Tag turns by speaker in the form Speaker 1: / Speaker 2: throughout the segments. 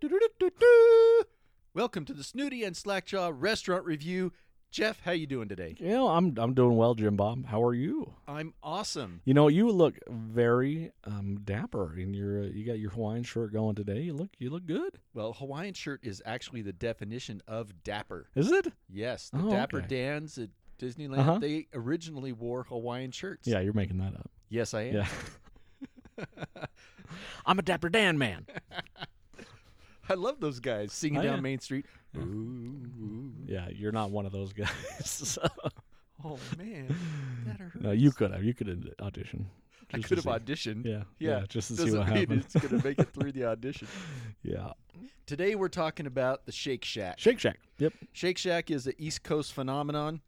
Speaker 1: Do-do-do-do-do-do. Welcome to the Snooty and Slackjaw Restaurant Review. Jeff, how you doing today?
Speaker 2: You know, I'm I'm doing well, Jim Bob. How are you?
Speaker 1: I'm awesome.
Speaker 2: You know, you look very um, dapper in your. Uh, you got your Hawaiian shirt going today. You look you look good.
Speaker 1: Well, Hawaiian shirt is actually the definition of dapper.
Speaker 2: Is it?
Speaker 1: Yes, the
Speaker 2: Oh,
Speaker 1: Dapper
Speaker 2: okay.
Speaker 1: Dans at Disneyland,
Speaker 2: Uh-huh.
Speaker 1: they originally wore Hawaiian shirts.
Speaker 2: Yeah, you're making that up.
Speaker 1: Yes, I am.
Speaker 2: Yeah. I'm a dapper Dan man.
Speaker 1: I love those guys singing
Speaker 2: Oh,
Speaker 1: down
Speaker 2: yeah.
Speaker 1: Main Street. Ooh.
Speaker 2: Yeah, you're not one of those guys. So,
Speaker 1: Oh, man. That hurt.
Speaker 2: no, you could have. You could have auditioned.
Speaker 1: I
Speaker 2: just
Speaker 1: could
Speaker 2: to
Speaker 1: have auditioned.
Speaker 2: see. Yeah,
Speaker 1: Yeah,
Speaker 2: yeah, just to see
Speaker 1: Doesn't
Speaker 2: what
Speaker 1: mean
Speaker 2: happens.
Speaker 1: it's going to make it through the audition.
Speaker 2: Yeah,
Speaker 1: Today we're talking about the Shake Shack.
Speaker 2: Shake Shack. Yep.
Speaker 1: Shake Shack is an East Coast phenomenon,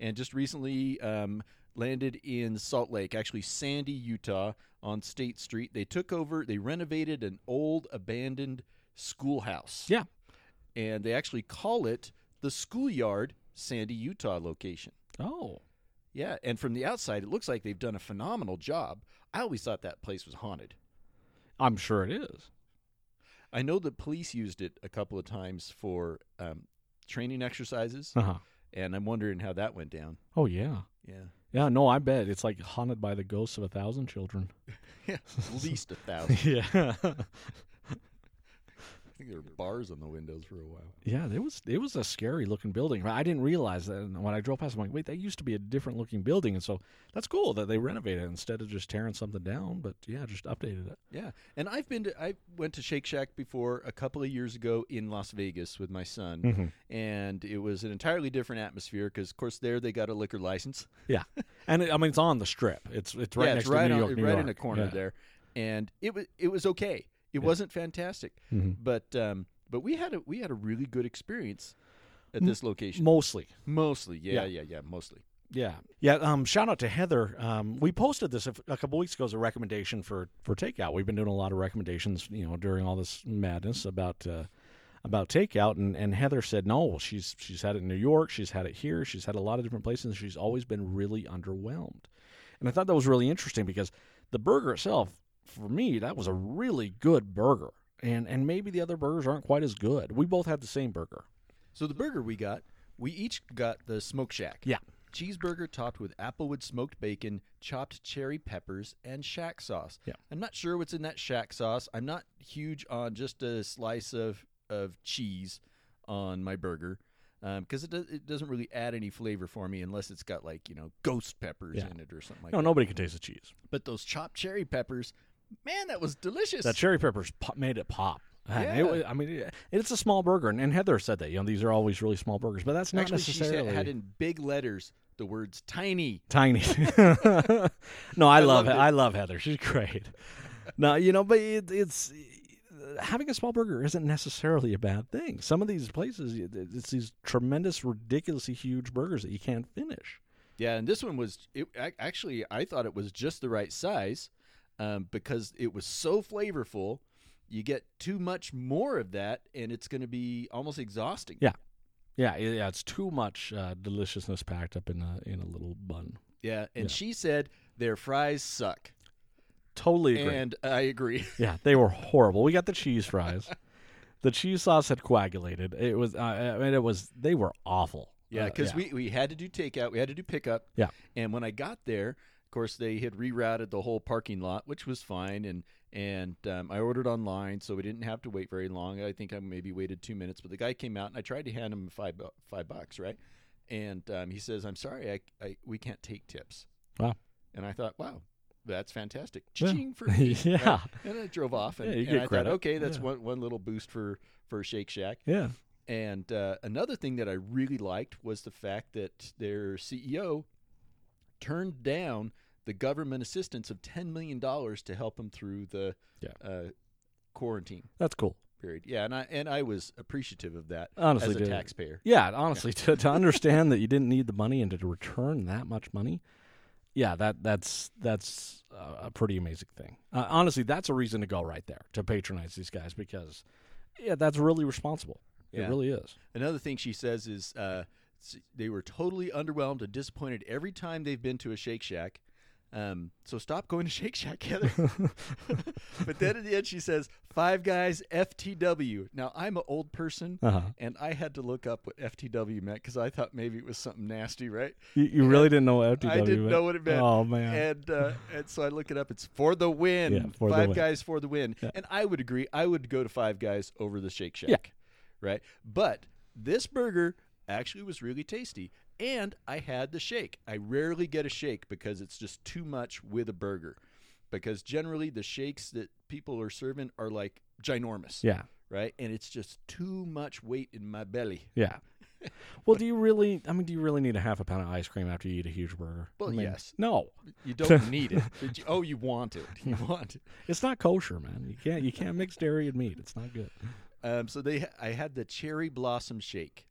Speaker 1: and just recently um, landed in Salt Lake, actually Sandy, Utah, on State Street. They took over, they renovated an old abandoned schoolhouse,
Speaker 2: Yeah.
Speaker 1: and they actually call it the Schoolyard Sandy, Utah location.
Speaker 2: Oh.
Speaker 1: Yeah, and from the outside, it looks like they've done a phenomenal job. I always thought that place was haunted.
Speaker 2: I'm sure it is.
Speaker 1: I know the police used it a couple of times for um, training exercises,
Speaker 2: Uh huh.
Speaker 1: and I'm wondering how that went down.
Speaker 2: Oh yeah.
Speaker 1: Yeah.
Speaker 2: Yeah. No, I bet it's like haunted by the ghosts of a thousand children.
Speaker 1: Yeah, at least a thousand.
Speaker 2: yeah.
Speaker 1: I think there were bars on the windows for a while.
Speaker 2: Yeah, it was it was a scary looking building. I didn't realize that and when I drove past. I'm like, wait, that used to be a different looking building, and so that's cool that they renovated it instead of just tearing something down. But yeah, just updated it.
Speaker 1: Yeah, and I've been to I went to Shake Shack before a couple of years ago in Las Vegas with my son, and it was an entirely different atmosphere because, of course, there they got a liquor license.
Speaker 2: Yeah, and it, I mean it's on the strip. It's it's right
Speaker 1: yeah,
Speaker 2: next
Speaker 1: it's right
Speaker 2: to New
Speaker 1: on,
Speaker 2: York, New
Speaker 1: right in
Speaker 2: York.
Speaker 1: a corner
Speaker 2: Yeah.
Speaker 1: there, and it was it was okay. It wasn't fantastic,
Speaker 2: Mm-hmm.
Speaker 1: but um, but we had a we had a really good experience at this location.
Speaker 2: Mostly,
Speaker 1: mostly, yeah,
Speaker 2: Yeah.
Speaker 1: yeah, yeah, mostly.
Speaker 2: yeah, yeah. Um, shout out to Heather. Um, we posted this a, a couple weeks ago as a recommendation for for takeout. We've been doing a lot of recommendations, you know, during all this madness about. Uh, about takeout and, and Heather said no she's she's had it in New York she's had it here she's had a lot of different places and she's always been really underwhelmed and I thought that was really interesting because the burger itself for me that was a really good burger and and maybe the other burgers aren't quite as good we both had the same burger
Speaker 1: So the burger we got, we each got the smoke shack.
Speaker 2: Yeah.
Speaker 1: Cheeseburger topped with applewood smoked bacon, chopped cherry peppers, and shack sauce.
Speaker 2: Yeah.
Speaker 1: I'm not sure what's in that shack sauce. I'm not huge on just a slice of of cheese on my burger because it, do- it doesn't really add any flavor for me unless it's got like you know ghost peppers
Speaker 2: Yeah.
Speaker 1: in it or something like
Speaker 2: no
Speaker 1: that.
Speaker 2: nobody can taste the cheese
Speaker 1: But those chopped cherry peppers, man, that was delicious.
Speaker 2: that cherry peppers pop, made it pop And it
Speaker 1: Yeah.
Speaker 2: wa- I mean, it- it's a small burger, and, and Heather said that you know these are always really small burgers, but that's not
Speaker 1: Actually, she
Speaker 2: necessarily
Speaker 1: said, had in big letters the words "tiny."
Speaker 2: tiny. no, I, love
Speaker 1: loved
Speaker 2: he-
Speaker 1: it.
Speaker 2: I love Heather. She's great. No, you know, but it, it's having a small burger isn't necessarily a bad thing. Some of these places, it- it's these tremendous, ridiculously huge burgers that you can't finish.
Speaker 1: Yeah, and this one was it, ac- actually I thought it was just the right size um, because it was so flavorful. You get too much more of that, and it's going to be almost exhausting.
Speaker 2: Yeah. Yeah, it- yeah, it's too much uh, deliciousness packed up in a in a little bun.
Speaker 1: Yeah, and
Speaker 2: Yeah.
Speaker 1: she said their fries suck,
Speaker 2: Totally agree.
Speaker 1: and I agree.
Speaker 2: Yeah, they were horrible. We got the cheese fries. the cheese sauce had coagulated. It was, uh, I mean, it was. They were awful.
Speaker 1: yeah,
Speaker 2: Uh,
Speaker 1: because we we had to do takeout, we had to do pickup.
Speaker 2: Yeah.
Speaker 1: and when I got there, of course they had rerouted the whole parking lot, which was fine, and and um, I ordered online, so we didn't have to wait very long. I think I maybe waited two minutes, but the guy came out and I tried to hand him five bu- five bucks, right? And um, he says, "I'm sorry, I, I we can't take tips."
Speaker 2: Wow.
Speaker 1: And I thought, wow. That's fantastic.
Speaker 2: Yeah.
Speaker 1: Ching for me. right?
Speaker 2: Yeah.
Speaker 1: And I drove off and,
Speaker 2: Yeah, you
Speaker 1: and
Speaker 2: get
Speaker 1: I
Speaker 2: credit.
Speaker 1: thought, okay, that's
Speaker 2: Yeah.
Speaker 1: one, one little boost for, for Shake Shack.
Speaker 2: Yeah.
Speaker 1: And uh, another thing that I really liked was the fact that their CEO turned down the government assistance of $10 million to help him through the
Speaker 2: Yeah.
Speaker 1: uh, quarantine
Speaker 2: That's cool.
Speaker 1: period. Yeah, and I, and I was appreciative of that
Speaker 2: Honestly,
Speaker 1: as a
Speaker 2: dude.
Speaker 1: taxpayer.
Speaker 2: Yeah, honestly, to, to understand that you didn't need the money and to return that much money, yeah, that that's that's a, a pretty amazing thing. Uh, honestly, that's a reason to go right there to patronize these guys because, yeah, that's really responsible.
Speaker 1: Yeah.
Speaker 2: It really is.
Speaker 1: Another thing she says is uh, s- they were totally underwhelmed and disappointed every time they've been to a Shake Shack. Um, so stop going to Shake Shack, Heather. but then at the end, she says, Five Guys FTW. Now, I'm an old person,
Speaker 2: Uh-huh.
Speaker 1: and I had to look up what FTW meant because I thought maybe it was something nasty, right?
Speaker 2: You, you really didn't know what FTW
Speaker 1: I didn't know what it meant.
Speaker 2: Oh, man.
Speaker 1: And uh, and so I look it up. It's for the win.
Speaker 2: Yeah, for the
Speaker 1: five
Speaker 2: win.
Speaker 1: guys for the win. And I would agree. I would go to Five Guys over the Shake Shack. Right. But this burger actually was really tasty. And I had the shake. I rarely get a shake because it's just too much with a burger. Because generally the shakes that people are serving are like ginormous.
Speaker 2: yeah.
Speaker 1: Right. And it's just too much weight in my belly.
Speaker 2: Yeah. Well, do you really? I mean, do you really need a half a pound of ice cream after you eat a huge burger?
Speaker 1: Well,
Speaker 2: I mean,
Speaker 1: yes.
Speaker 2: No,
Speaker 1: You don't need it. But you- oh, you want it. You want it.
Speaker 2: it's not kosher, man. You can't. You can't mix dairy and meat. It's not good.
Speaker 1: Um, so they, I had the cherry blossom shake,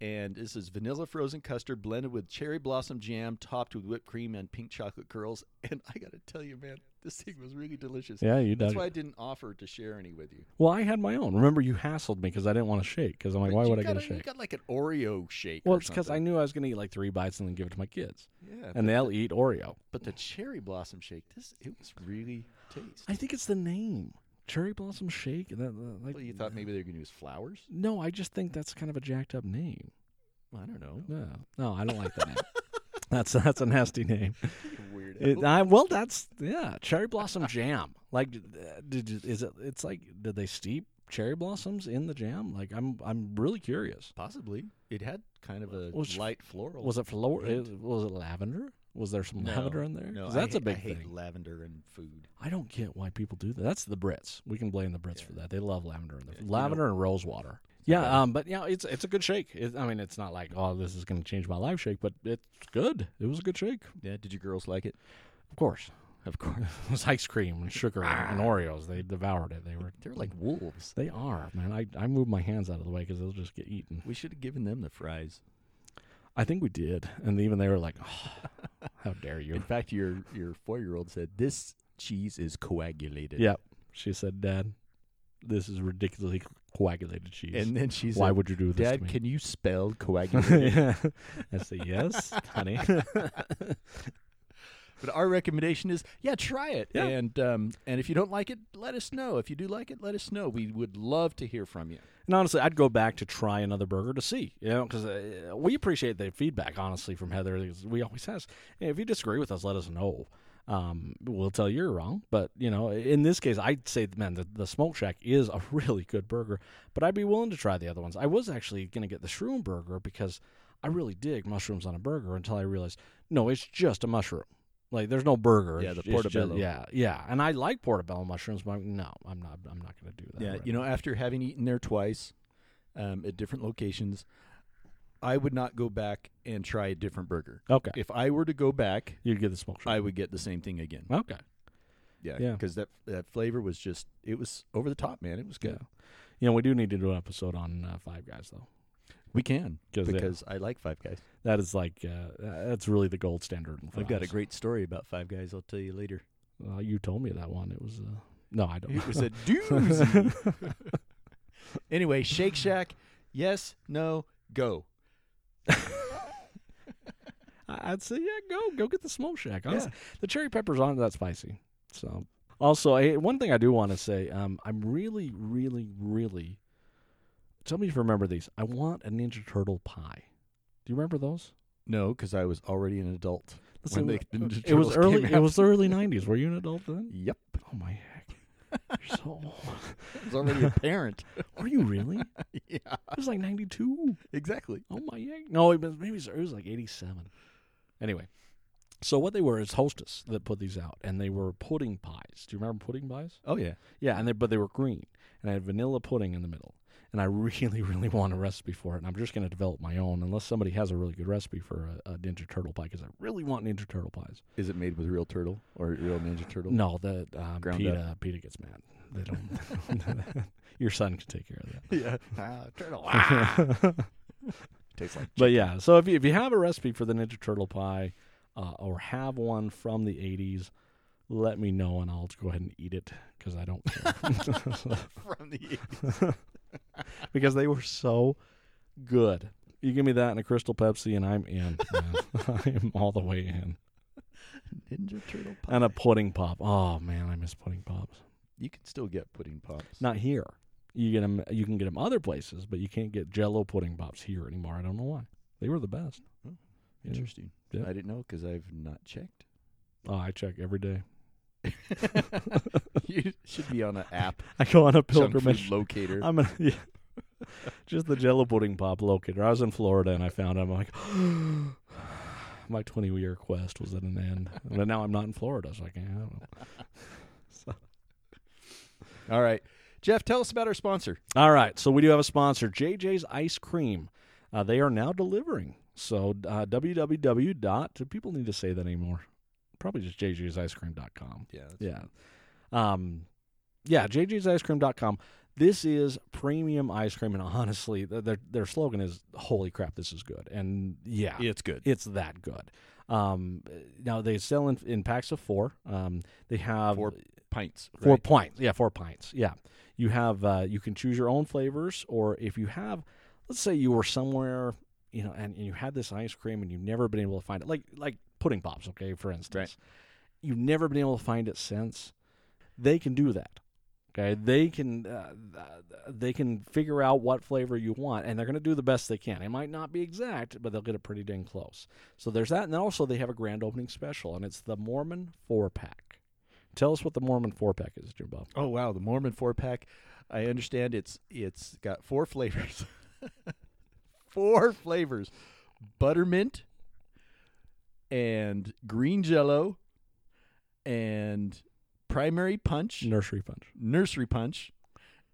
Speaker 1: and this is vanilla frozen custard blended with cherry blossom jam, topped with whipped cream and pink chocolate curls. And I gotta tell you, man, this thing was really delicious.
Speaker 2: Yeah, you
Speaker 1: That's
Speaker 2: dug
Speaker 1: why I
Speaker 2: it.
Speaker 1: didn't offer to share any with you.
Speaker 2: Well, I had my own. Remember, you hassled me because I didn't want to shake. Because I'm like,
Speaker 1: But
Speaker 2: why
Speaker 1: you
Speaker 2: would I
Speaker 1: got
Speaker 2: get a
Speaker 1: You
Speaker 2: shake?
Speaker 1: got like an Oreo shake.
Speaker 2: Well,
Speaker 1: or
Speaker 2: it's because I
Speaker 1: something.
Speaker 2: knew I was going to eat like three bites and then give it to my kids,
Speaker 1: Yeah, but,
Speaker 2: and they'll eat Oreo.
Speaker 1: but the cherry blossom shake, this it was really tasty.
Speaker 2: I think it's the name, cherry blossom shake. That, that- like,
Speaker 1: Well, you thought maybe they were gonna use flowers?
Speaker 2: no, I just think that's kind of a jacked up name.
Speaker 1: Well, I don't know.
Speaker 2: No, no, I don't like that name. That's that's a nasty name.
Speaker 1: Weird.
Speaker 2: It, I, well, that's yeah, cherry blossom jam. Like, uh, did you- is it? It's like, did they steep cherry blossoms in the jam? Like, I'm I'm really curious.
Speaker 1: Possibly. It had kind of a
Speaker 2: Was-
Speaker 1: light floral.
Speaker 2: Was it flower?
Speaker 1: Hint.
Speaker 2: it- Was it lavender? Was there some
Speaker 1: No,
Speaker 2: lavender in there?
Speaker 1: No,
Speaker 2: 'Cause
Speaker 1: I
Speaker 2: that's a
Speaker 1: hate- I
Speaker 2: big
Speaker 1: hate
Speaker 2: thing.
Speaker 1: lavender and food.
Speaker 2: I don't get why people do that. That's the Brits. We can blame the Brits for that. They love lavender and the
Speaker 1: Yeah, you know-
Speaker 2: lavender and rose water. Yeah, um, but yeah, it's it's a good shake. It, I mean, it's not like oh, this is going to change my life shake, but it's good. It was a good shake,
Speaker 1: Yeah, did your girls like it?
Speaker 2: of course. Of course, it was ice cream and sugar
Speaker 1: Ah.
Speaker 2: and, and Oreos. They devoured it. They were
Speaker 1: They're like wolves.
Speaker 2: They are, man. I, I move my hands out of the way because they'll just get eaten.
Speaker 1: We should have given them the fries.
Speaker 2: I think we did. And even they were like, "Oh, how dare
Speaker 1: In
Speaker 2: you.
Speaker 1: fact, your your four year old said this cheese is coagulated.
Speaker 2: Yep. She said, Dad, this is ridiculously coagulated cheese.
Speaker 1: and then she said,
Speaker 2: why would you do this to
Speaker 1: Dad,
Speaker 2: me?
Speaker 1: can you spell coagulated?
Speaker 2: Yeah. I say, yes, honey.
Speaker 1: but our recommendation is, yeah, try it.
Speaker 2: Yeah.
Speaker 1: And um, and if you don't like it, let us know. If you do like it, let us know. We would love to hear from you.
Speaker 2: And honestly, I'd go back to try another burger to see, you know, because uh, we appreciate the feedback, honestly, from Heather. 'cause We always ask "Hey, if you disagree with us, let us know. Um, we'll tell you you're wrong, but you know, in this case, I'd say, man, the, the Smoke Shack is a really good burger, but I'd be willing to try the other ones. I was actually going to get the Shroom Burger because I really dig mushrooms on a burger until I realized, no, it's just a mushroom. Like there's no burger.
Speaker 1: Yeah,
Speaker 2: It's-
Speaker 1: the
Speaker 2: it's just-
Speaker 1: portobello.
Speaker 2: yeah, yeah, and I like portobello mushrooms, but I'm- no, I'm not. I'm not going to do that.
Speaker 1: Yeah,
Speaker 2: right
Speaker 1: you know, after having eaten there twice um, at different locations, I would not go back and try a different burger.
Speaker 2: now. Okay,
Speaker 1: If I were to go back,
Speaker 2: you'd get the Smoke Shack.
Speaker 1: I would get the same thing again.
Speaker 2: Okay.
Speaker 1: Yeah,
Speaker 2: Yeah.
Speaker 1: because that that flavor was just it was over the top, man. It was good.
Speaker 2: You know, we do need to do an episode on uh, Five Guys, though.
Speaker 1: We can
Speaker 2: 'Cause, yeah.
Speaker 1: because I like Five Guys.
Speaker 2: That is like, uh, that's really the gold standard. For
Speaker 1: I've got a
Speaker 2: us.
Speaker 1: great story about Five Guys. I'll tell you later.
Speaker 2: Uh, you told me that one. It was, uh, no, I don't.
Speaker 1: It was a doozy. anyway, Shake Shack, yes, no, go.
Speaker 2: I- I'd say, yeah, go, go get the smoke shack. Honestly, The cherry peppers aren't that spicy. So, also, I, one thing I do want to say, um, I'm really, really, really, tell me if you remember these. I want a Ninja Turtle pie. Do you remember those?
Speaker 1: No, because I was already an adult. When
Speaker 2: see,
Speaker 1: they- Ninja
Speaker 2: uh, it was
Speaker 1: Turtles
Speaker 2: early.
Speaker 1: came
Speaker 2: It
Speaker 1: out.
Speaker 2: was the early '90s. Were you an adult then?
Speaker 1: Yep,
Speaker 2: Oh my heck! You're so old.
Speaker 1: I was already a parent.
Speaker 2: Were you really?
Speaker 1: yeah,
Speaker 2: It was like 92.
Speaker 1: exactly.
Speaker 2: Oh my heck. No, it was maybe it was, it was like 87. Anyway, so what they were is Hostess that put these out, and they were pudding pies. Do you remember pudding pies?
Speaker 1: Oh yeah,
Speaker 2: Yeah, and they but they were green, and I had vanilla pudding in the middle. And I really, really want a recipe for it, and I'm just going to develop my own, unless somebody has a really good recipe for a, a Ninja Turtle pie, because I really want Ninja Turtle pies.
Speaker 1: is it made with real turtle or real Ninja Turtle?
Speaker 2: No, the um,
Speaker 1: Ground
Speaker 2: PETA, PETA gets mad. They don't. Your son can take care of that.
Speaker 1: Yeah, ah, turtle. ah. Tastes like
Speaker 2: But yeah, so if you, if you have a recipe for the Ninja Turtle pie uh, or have one from the 80s, let me know and I'll go ahead and eat it because I don't care.
Speaker 1: from the
Speaker 2: because they were so good. You give me that and a Crystal Pepsi and I'm in. man. I'm all the way in.
Speaker 1: Ninja Turtle pie.
Speaker 2: and a pudding pop. Oh man, I miss pudding pops.
Speaker 1: Um, you can still get pudding pops.
Speaker 2: Not here. You get them. You can get them other places, but you can't get Jello pudding pops here anymore. I don't know why. They were the best. yeah.
Speaker 1: Interesting.
Speaker 2: Yeah.
Speaker 1: I didn't know because I've not checked.
Speaker 2: Oh, I check every day.
Speaker 1: you should be on an app
Speaker 2: I go on a
Speaker 1: junk food
Speaker 2: pilgrimage.
Speaker 1: locator.
Speaker 2: I'm a, yeah. just the Jello pudding pop locator. I was in Florida and I found. I'm like, my 20 year quest was at an end. but now I'm not in Florida, so I can't. I don't know.
Speaker 1: All right, Jeff, tell us about our sponsor.
Speaker 2: All right, so we do have a sponsor, JJ's Ice Cream. Uh, they are now delivering. So uh, www dot. Do people need to say that anymore? Probably just jjsicecream.com.
Speaker 1: Yeah,
Speaker 2: Yeah. Um, yeah, jjsicecream.com. This is premium ice cream, and honestly, th- their their slogan is "Holy crap, this is good!" And yeah,
Speaker 1: it's good.
Speaker 2: it's that good. Um, now they sell in, in packs of four. Um, they have
Speaker 1: Four pints.
Speaker 2: Four
Speaker 1: right?
Speaker 2: pints. Yeah, four pints. Yeah. You have uh, you can choose your own flavors or if you have let's say you were somewhere, you know, and, and you had this ice cream and you've never been able to find it. Like like pudding pops, okay, for instance. You've never been able to find it since. They can do that. Okay? They can uh, th- they can figure out what flavor you want and they're going to do the best they can. It might not be exact, but they'll get it pretty dang close. So there's that and then also they have a grand opening special and it's the Mormon 4 pack. Tell us what the Mormon four pack is, Jimbo.
Speaker 1: Oh wow, the Mormon four pack. I understand it's it's got four flavors. four flavors. Buttermint and green jello and primary punch,
Speaker 2: Nursery punch.
Speaker 1: nursery punch,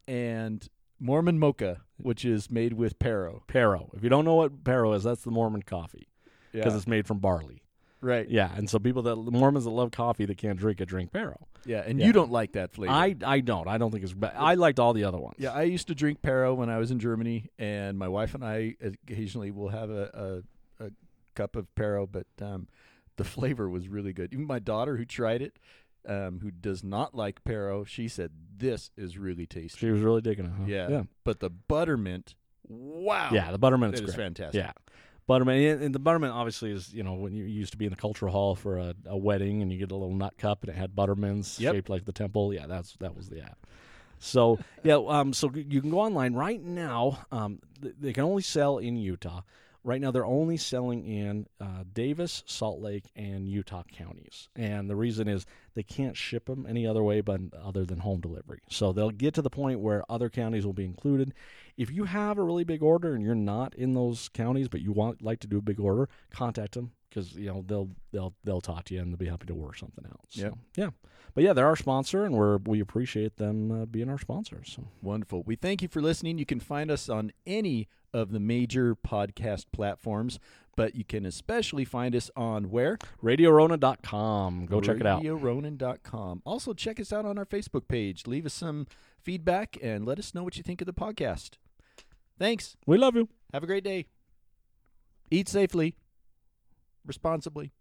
Speaker 1: and Mormon mocha, which is made with Paro.
Speaker 2: Paro. If you don't know what Paro is, that's the Mormon coffee because
Speaker 1: Yeah.
Speaker 2: it's made from barley.
Speaker 1: Right. Yeah.
Speaker 2: Yeah, and so people that Mormons that love coffee that can't drink it drink Paro.
Speaker 1: And
Speaker 2: Yeah.
Speaker 1: you don't like that flavor.
Speaker 2: I I don't. I don't think it's. But I liked all the other ones.
Speaker 1: Yeah, I used to drink Paro when I was in Germany, and my wife and I occasionally will have a, a, a cup of Paro, but um, the flavor was really good. Even my daughter, who tried it, um, who does not like Paro, she said, This is really tasty.
Speaker 2: she was really digging it. Huh?
Speaker 1: Yeah.
Speaker 2: yeah,
Speaker 1: But the buttermint, wow.
Speaker 2: yeah. The buttermint's
Speaker 1: That is
Speaker 2: great.
Speaker 1: fantastic.
Speaker 2: Yeah. Butterman, and- and the Butterman obviously is, you know, when you you used to be in the cultural hall for a, a wedding and you get a little nut cup and it had Buttermans
Speaker 1: Yep.
Speaker 2: shaped like the temple. Yeah, that's that was the app. So, yeah, um, so you can go online right now. Um, th- they can only sell in Utah. Right now, they're only selling in uh, Davis, Salt Lake, and Utah counties. And the reason is they can't ship them any other way but other than home delivery. So they'll get to the point where other counties will be included. If you have a really big order and you're not in those counties, but you want like to do a big order, contact them because you know they'll they'll they'll talk to you and they'll be happy to work something out. So,
Speaker 1: Yep.
Speaker 2: yeah, but yeah, they're our sponsor and we're we appreciate them uh, being our sponsors. So.
Speaker 1: Wonderful. We thank you for listening. You can find us on any of the major podcast platforms, but you can especially find us on where?
Speaker 2: RadioRona.com. Go check it out.
Speaker 1: RadioRonan.com. Also, check us out on our Facebook page. Leave us some feedback and let us know what you think of the podcast. Thanks.
Speaker 2: We love you.
Speaker 1: Have a great day. Eat safely, responsibly.